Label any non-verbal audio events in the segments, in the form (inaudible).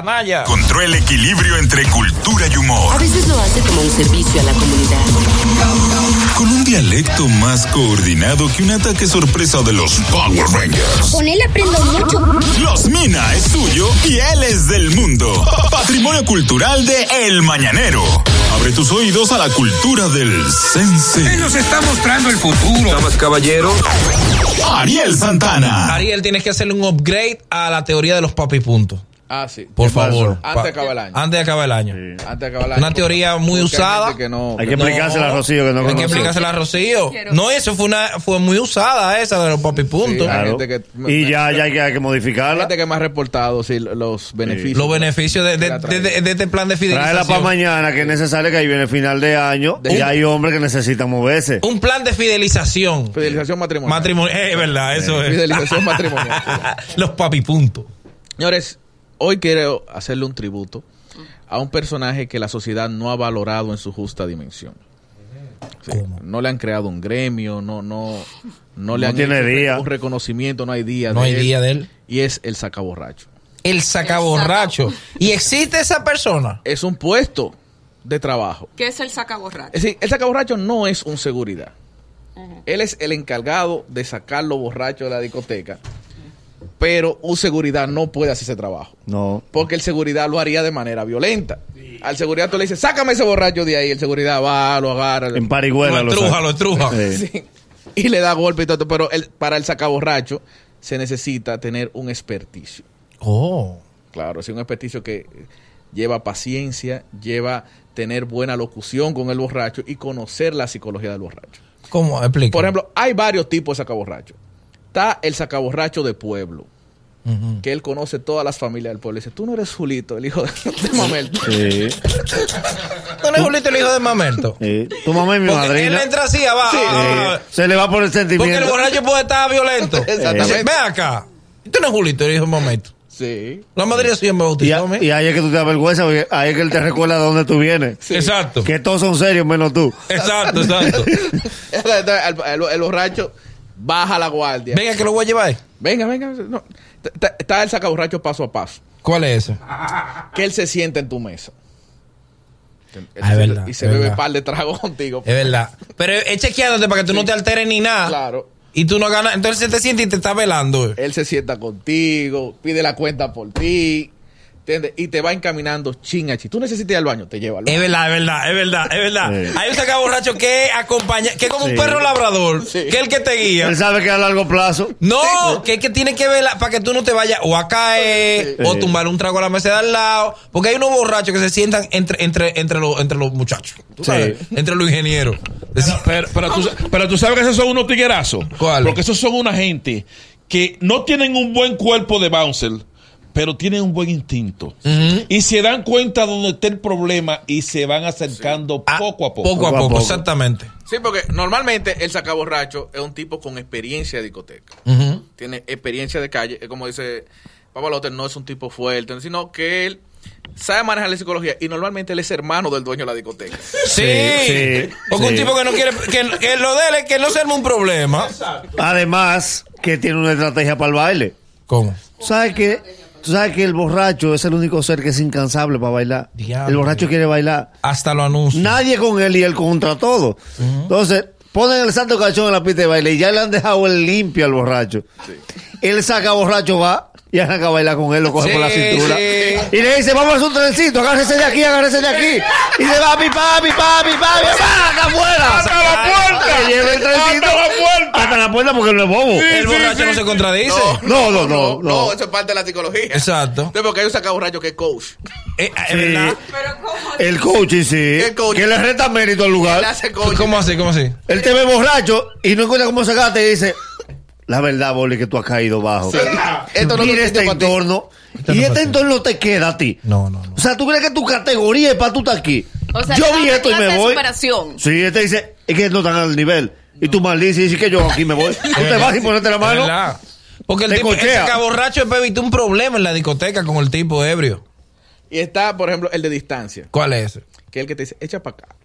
Canalla. Encontró el equilibrio entre cultura y humor. A veces lo hace como un servicio a la comunidad. Con un dialecto más coordinado que un ataque sorpresa de los Power Rangers. Con él aprendo mucho. Los Mina es suyo y él es del mundo. Patrimonio cultural de El Mañanero. Abre tus oídos a la cultura del sense. Él nos está mostrando el futuro. Damas, caballero. Ariel Santana. Ariel, tienes que hacerle un upgrade a la teoría de los papi puntos. Ah, sí. Por ¿Qué pasó? favor. Antes de acabar el año. Antes de acabar el año. Antes de acabar el año. Una teoría porque- muy porque hay usada. gente que no- Hay que No. explicársela a Rocío que no Hay que conoce. explicársela a Rocío. No, eso fue una fue muy usada esa de los papi puntos. Sí, Claro. Hay gente que- Y ya, ya hay que, hay que modificarla. gente que más reportado sí, los beneficios. los beneficios de, de- La trae. de- de- de este plan de Tráela para fidelización. mañana, que es necesario que ahí viene el final de año. De- y hay hombres que necesitan moverse. Un plan de fidelización. Fidelización matrimonial. Matrimonio. Eh, Es verdad, eso es. (laughs) Fidelización matrimonial. los papi puntos. Señores, hoy quiero hacerle un tributo a un personaje que la sociedad no ha valorado en su justa dimensión. Sí, ¿Cómo? No le han creado un gremio, no, no, no le No han tiene hecho día. un reconocimiento, no hay día. No hay día de él. Y es el sacaborracho. El sacaborracho. ¿Y existe esa persona? Es un puesto de trabajo. ¿Qué es el sacaborracho? Es decir, el sacaborracho no es un seguridad. Él es el encargado de sacarlo borracho de la discoteca. Pero un seguridad no puede hacer ese trabajo. No. Porque el seguridad lo haría de manera violenta. Al seguridad tú le dices, sácame ese borracho de ahí. El seguridad va, lo agarra. En Parihuela. lo lo Eh, estruja, saca. lo estruja. Sí. Sí. Y le da golpe y todo. Pero el- para el sacaborracho se necesita tener un experticio. Oh. Claro, es un experticio que lleva paciencia, lleva tener buena locución con el borracho y conocer la psicología del borracho. ¿Cómo? Explica. Por ejemplo, hay varios tipos de sacaborracho. Está el sacaborracho de pueblo, Ujú. que él conoce todas las familias del pueblo. Dice, tú no eres Julito, el hijo de, (laughs) de Mamel. Sí. ¿Tú no es Julito el hijo de Mamerto? Sí. Tu mamá y mi Porque él madrina. entra así abajo. Ah, Eh, se le va por el Porque el sentimiento. borracho puede estar violento. Exactamente. Dice, Ven acá. Tú no es Julito, el hijo de Mamerto. Sí. La madrina sí me Y, bautizó. a- ¿me? y ahí es que tú te avergüenzas, porque ahí es que él te recuerda de dónde tú vienes. Exacto. Que todos son serios menos tú. Exacto, (laughs) exacto. Entonces, el, el- el borracho baja la guardia. Venga, que lo voy a llevar. Venga, venga. no. Está- Está el sacaborracho paso a paso. ¿Cuál es ese? Que él se sienta en tu mesa. Ah, es verdad, y se es bebe verdad. par de tragos contigo. Es verdad. Pero es chequeándote para que tú no te alteres ni nada. Claro. Y tú no ganas. Entonces él te siente y te está velando. eh. Él se sienta contigo, pide la cuenta por ti. ¿Entiendes? Y te va encaminando chin a chin. Tú necesitas ir al baño, te lleva al baño. Es verdad, es verdad, es verdad, es verdad. Sí. Hay un sacaborracho que acompaña, que es como un Sí. perro labrador, Sí. que es el que te guía. Él sabe que a largo plazo. No, que es que tiene que ver para que tú no te vayas o a caer Sí. o Sí. tumbar un trago a la mesa de al lado, porque hay unos borrachos que se sientan entre entre entre los entre los muchachos, tú Sí. sabes, entre los ingenieros. Decir, Pero, pero, tú, pero tú sabes que esos son unos tiguerazos. ¿Cuál? Porque esos son una gente que no tienen un buen cuerpo de bouncer, pero tienen un buen instinto. Y se dan cuenta donde está el problema y se van acercando ah, poco a poco. Poco a Poco a poco, poco. exactamente. Sí, porque normalmente el sacaborracho es un tipo con experiencia de discoteca. Ujú. Tiene experiencia de calle. Eh, Como dice Pablo no es un tipo fuerte, sino que él sabe manejar la psicología y normalmente él es hermano del dueño de la discoteca. Sí, sí, porque un sí. tipo que no quiere que, que lo de él es que no se arme un problema. Además, que tiene una estrategia para el baile. ¿Cómo? ¿Tú sabes que, tú sabes que el borracho es el único ser que es incansable para bailar? Diablo. El borracho quiere bailar. Hasta lo anuncio. Nadie con él y él contra todo. Entonces, ponen el santo cachón en la pista de baile y ya le han dejado el limpio al borracho. Él saca borracho, va y arranca a bailar con él, lo coge Sí, por la cintura. sí. Y le dice, vamos a hacer un trencito, agárrese de aquí, agárrese de aquí. Y dice, papi, papi, papi, papi, va, acá afuera. ¡Hasta la puerta! Que lleve el trencito. ¡Hasta la puerta! Hasta la puerta porque no es bobo. el borracho no se contradice. (laughs) No, no, no, no. eso es parte de la psicología. Exacto. Entonces, porque hay un sacaborracho que es coach. Eh, eh, Sí. ¿verdad? Pero ¿cómo? El coaching, sí. El coach. Que le resta mérito al lugar. Él hace coach. ¿Cómo así? ¿Cómo así? Él te ve borracho y no encuentra cómo sacarte y dice, la verdad, Boli, que tú has caído bajo. Esto no es un sitio Mira este para ti. entorno. Esto no y es para este ti. entorno te queda a ti. No, no, no. O sea, ¿tú crees que tu categoría es para tú estar aquí? O sea, yo es vi una esto y clase me de voy. superación. Sí, este dice, es que no están al nivel. Y tú maldices y dices que yo aquí (laughs) me voy. tú te vas y ponerte la Es mano. verdad. Porque el Te tipo, el cochea. sacaborracho es para evitar un problema en la discoteca con el tipo ebrio. Y está, por ejemplo, el de distancia, ¿Cuál es? ese? que es el que te dice, echa para acá.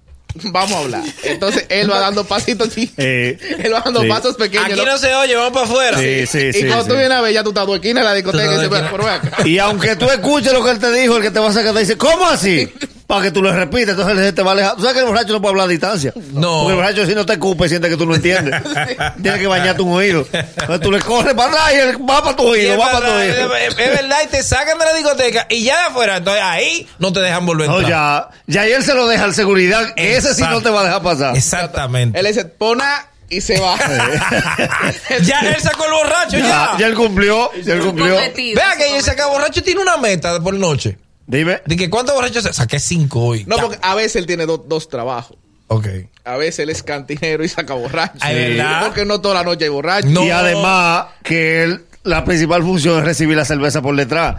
Vamos a hablar. Entonces él va dando pasitos aquí. (laughs) Eh, él va dando sí. pasos pequeños. Aquí ¿no? no se oye, vamos para afuera. Sí, sí, sí. y cuando sí. tú vienes a ver, ya tú estás a tu esquina en la discoteca. Y Tú dices, estás a tu pero, pero ven acá. Y aunque tú escuches lo que él te dijo, el que te va a sacar te dice, ¿cómo así? Para que tú lo repitas, entonces él se te va a alejar. Tú sabes que el borracho no puede hablar a distancia. No. Porque el borracho si no te escupe, siente que tú no entiendes. (laughs) Tienes que bañarte un oído. Entonces tú le corres para atrás y él va para tu Y oído, es, va para tu verdad, oído. es- es verdad, y te sacan de la discoteca y ya de afuera, entonces ahí no te dejan volver. a No, entrar. ya. Ya y él se lo deja al seguridad. Ese sí Exacto. no te va a dejar pasar. Exactamente. Él le dice, pona y se va. (laughs) ya él sacó el borracho, Ya, ya. ya él cumplió. Ya él cumplió. Comprometido. Vea que él saca borracho tiene una meta por noche. Dime. De que cuántos borrachos sa- saqué cinco hoy. No, Ya. porque a veces él tiene dos- dos trabajos. Ok. A veces él es cantinero y saca borracho. Ay, ¿verdad? Porque no toda la noche hay borracho. No. Y además que él, la principal función es recibir la cerveza por detrás.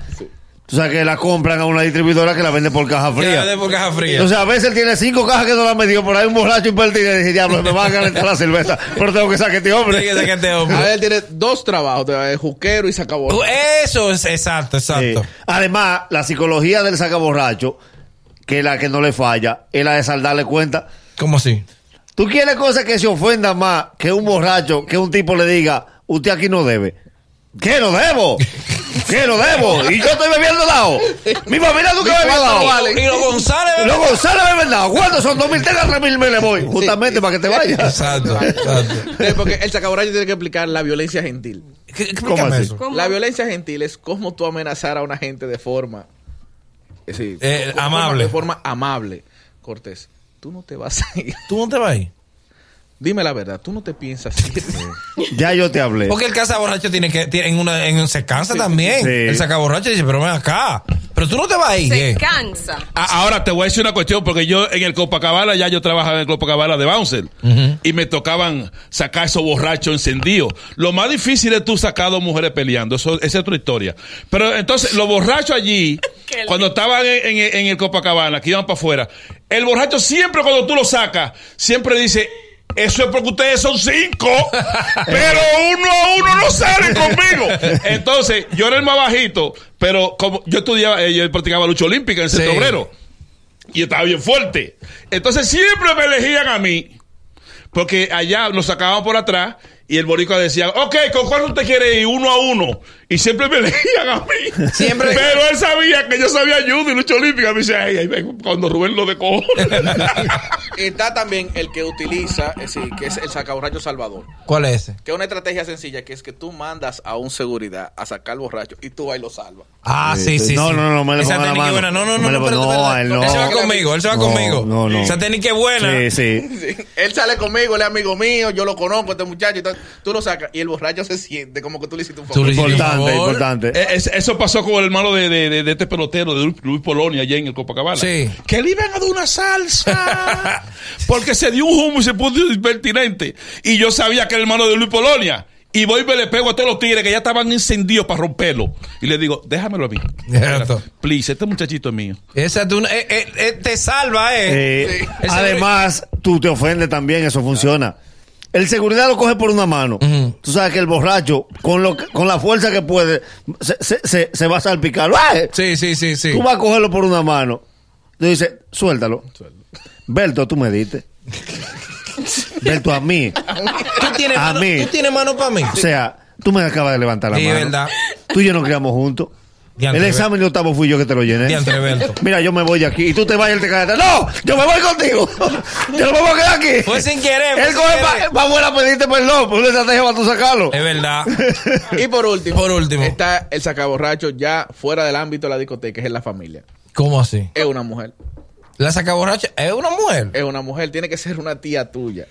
Tú sabes que la compran a una distribuidora que la vende por caja Ya, fría. de por caja fría. Entonces a veces él tiene cinco cajas que no la metió, por ahí un borracho impertinente y dice, diablo, me va a calentar la cerveza, pero tengo que sacar este hombre. Tiene que sacar este A hombre. veces él tiene dos trabajos. de Juquero y saca borracho. Eso es exacto, Sí. exacto. Además, la psicología del sacaborracho, que es la que no le falla, es la de saldarle cuenta. ¿Cómo así? Tú quieres cosas que se ofendan más que un borracho, que un tipo le diga, usted aquí no debe. ¿Qué no debo? ¿Qué no debo? Y yo estoy bebiendo lado. Mi familia nunca Mi bebió cuarto lado. no vale. Y los González. Los González beben lado. ¿Cuántos son? ¿Dos mil tegas, tres mil me le voy? Justamente para que te vayas. Exacto, exacto. Sí, Porque el saca borracho tiene que explicar la violencia gentil. ¿Qué- explícame ¿Cómo así? eso. ¿Cómo? La violencia gentil es cómo tú amenazar a una gente de forma. eh, sí, Eh, co- amable. De forma amable, Cortés. Tú no te vas a ir. ¿Tú dónde vas ahí? Dime la verdad, tú no te piensas ir. Ya yo te hablé. Porque el cazaborracho tiene que tiene en una en, se cansa también. sí. El sacaborracho dice, pero ven acá. Pero tú no te vas ahí. Se ¿eh? cansa. A- Ahora te voy a decir una cuestión, porque yo en el Copacabana, ya yo trabajaba en el Copacabana de Bouncer, y me tocaban sacar esos borrachos encendidos. Lo más difícil es tú sacar a dos mujeres peleando, eso esa es otra historia. Pero entonces, los borrachos allí, Qué cuando estaban en, en- en el Copacabana, que iban para afuera, el borracho siempre cuando tú lo sacas, siempre dice... Eso es porque ustedes son cinco, pero uno a uno no salen conmigo. Entonces, yo era el más bajito, pero como yo estudiaba, eh, yo practicaba lucha olímpica en Centro Sí. Obrero y estaba bien fuerte. Entonces siempre me elegían a mí, porque allá lo sacaban por atrás y el boricua decía, ok, ¿con cuál usted quiere ir? Uno a uno. Y siempre me (laughs) elegían a mí. Siempre. Pero él sabía que yo sabía judo y lucha olímpica. Me decía, ay, ay, ven, cuando Rubén lo de cojones". Y está también el que utiliza, es decir, que es el sacaborracho salvador. ¿Cuál es ese? Que es una estrategia sencilla, que es que tú mandas a un seguridad a sacar borracho y tú vas y lo salvas. (laughs) Ah, sí, sí. No, sí. no, no, me le Esa pongo la técnica es buena. mano. No, no, no, Me le no, pongo- espérate, no, espérate. él no. Él se va conmigo, él se va No, conmigo. no, no. Esa técnica es buena. Sí, sí. Sí. Él sale conmigo, él es amigo mío, yo lo conozco, este muchacho, y tal. tú lo sacas y el borracho se siente como que tú le hiciste un Tú favor. le- Importante, Por favor. importante. Eh, es- eso pasó con el hermano de, de- de- de este pelotero, de Luis, Luis Polonia, allá en el Copacabana. Sí. Que le iban a dar (laughs) una salsa. porque se dio un humo y se puso impertinente. Y yo sabía que era el hermano de Luis Polonia. Y voy y me le pego a todos los tigres que ya estaban encendidos para romperlo. Y le digo, déjamelo a mí. Cierto. Please, este muchachito es mío. Esa tú, eh, eh, eh, te salva, eh. Eh, Sí. Ese- Además, tú te ofendes también, eso funciona. El seguridad lo coge por una mano. Tú sabes que el borracho, con, lo, que- con la fuerza que puede, se, se, se, se va a salpicar. ¡Ah! Sí, sí, sí, sí. Tú vas a cogerlo por una mano. Tú dices, suéltalo. Berto, tú (laughs) me diste. Berto, a mí. Tú tienes, A mano, mí. tú tienes mano para mí. O sea, tú me acabas de levantar la Sí, mano. verdad. Tú y yo nos criamos juntos. Diantre, el examen de octavo fui yo que te lo llené. Diantre, Berto. Mira, yo me voy de aquí y tú te vas y él te cae. No, yo me voy contigo. (laughs) Yo no me voy a quedar aquí. Fue sin querer, fue Él sin coge querer. pa- pa' afuera a pedirte perdón. Por una estrategia para tú sacarlo. Es verdad. Y por último, Por último. está el sacaborracho ya fuera del ámbito de la discoteca, es en la familia. ¿Cómo así? Es una mujer, La sacaborracha es una mujer. es una mujer, tiene que ser una tía tuya,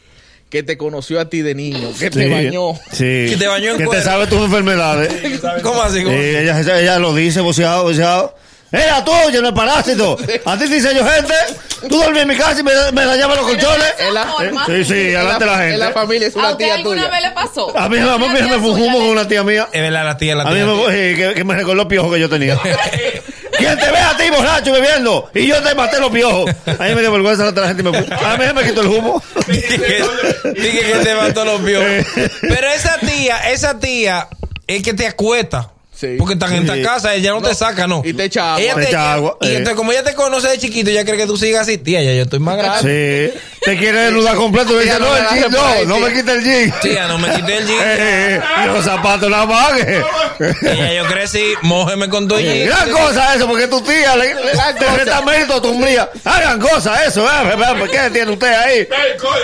que te conoció a ti de niño, (laughs) que te Sí. bañó. Sí. Que te bañó en Que te cuero. sabe (laughs) tus enfermedades. ¿Cómo así? ¿Cómo? Eh, ella, ella- ella lo dice, voceado, voceado. Era tuyo, no es parásito. A ti te hice yo gente. Tú dormí en mi casa y me, me dañaba los colchones. es la- Eh, Norma. Sí, sí, En adelante la en la gente. familia es ¿A una usted tía alguna tuya. vez le pasó? A mí, a mí Una me tía fue un suya humo le- con una tía mía. Es verdad, la tía, la A mí tía. me, eh, que, que me recordó piojos que yo tenía. ¿Quién te ve a ti, borracho, bebiendo? Y yo te maté los piojos. A mí me dio vergüenza la otra gente. y Me... fui. A mí me quitó el humo. Dije que, (laughs) dije que te mató los piojos. Pero esa tía, esa tía es que te acuesta. Sí. Porque están en esta Sí. casa, ella no, te saca, ¿no? Y te echa agua. Ella Te echa agua, Y eh. entonces, como ella te conoce de chiquito, ella cree que tú sigas así. Tía, ya yo estoy más grande. Sí. Te quiere desnudar completo. Y dice, Ya no no, el me jean, agarre por no, ahí, no sí. me quita el jean. Tía, no me quité el Eh, jean. (laughs) eh, eh, y los zapatos la amague. Ella, yo crecí, mojeme con tu jean. Gran cosa eso, porque tu tía le, le te resta mérito a tu hombría. Hagan cosas eso, eh, eh, eh, ¿qué tiene usted ahí?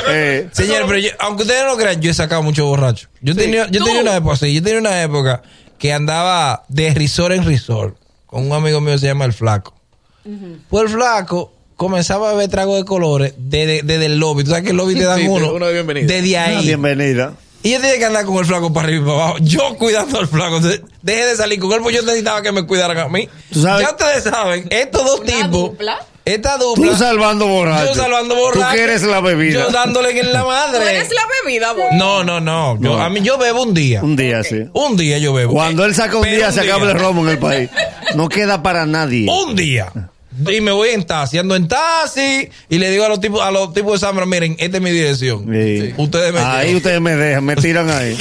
Eh, Señor, pero yo- aunque ustedes no lo crean, yo he sacado mucho borracho. Yo tenía, yo Tú. tenía una época así, yo tenía una época que andaba de risor en risor con un amigo mío que se llama El Flaco. Pues el Flaco comenzaba a beber trago de colores desde, desde el lobby. Tú sabes que el lobby te dan Sí, uno. uno de bienvenida. Desde ahí. Ah, bienvenida. Y yo tenía que andar con el flaco para arriba y para abajo. Yo cuidando al flaco. Entonces, Dejé de salir con él porque yo necesitaba que me cuidaran a mí. Tú sabes- ya ustedes saben, estos dos Una tipos. dupla. Esta dupla. Tú salvando borracho. yo salvando borracho. Tú que eres la bebida. Yo dándole en (laughs) la Tú madre. eres la bebida, amor. No, no, no. Yo, a mí yo bebo un día. Un día sí. Un día yo bebo. Cuando él saca un Pero día, se acaba día. el romo en el país. No queda para nadie. Un día. Y me voy en taxi, ando en taxi y le digo a los tipos, a los tipos de Sambra, miren, esta es mi dirección. Sí. Ustedes me Ahí ustedes me dejan, me tiran ahí.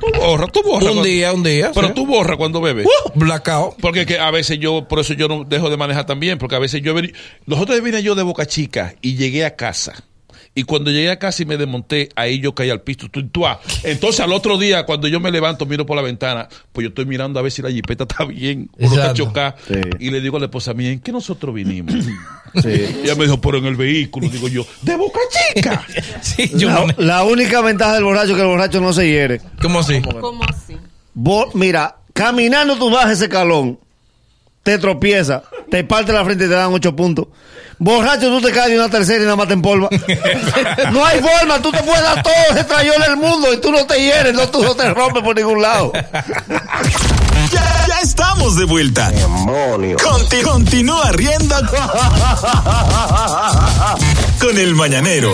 Tú borras, tú borras. Un cuando- día, un día. Pero sí. tú borras cuando bebes. Uh, blackout. Porque que a veces yo, por eso yo no dejo de manejar también, porque a veces yo... veni- Los otros días vine yo de Boca Chica y llegué a casa. Y cuando llegué a casa y me desmonté, ahí yo caí al piso. Tu- tuá. Entonces al otro día, cuando yo me levanto, miro por la ventana, pues yo estoy mirando a ver si la jipeta está bien, o no está Exacto. chocada. Sí. Y le digo a la esposa mía, ¿en qué nosotros vinimos? Sí. Y (laughs) ella me dijo, pero en el vehículo. Digo yo, de Boca Chica. (laughs) Sí, (laughs) yo La, manejo. la única ventaja del borracho es que el borracho no se hiere. ¿Cómo así? ¿Cómo así? Bo- mira, caminando tú bajas ese calón, te tropiezas, te parte la frente y te dan ocho puntos. Borracho, tú te caes de una tercera y nada más (laughs) te empolva. no hay forma, tú te puedes dar todo ese trayón del mundo y tú no te hieres, no, tú no te rompes por ningún lado. Ya, ya estamos de vuelta. Conti- continúa riendo con el mañanero.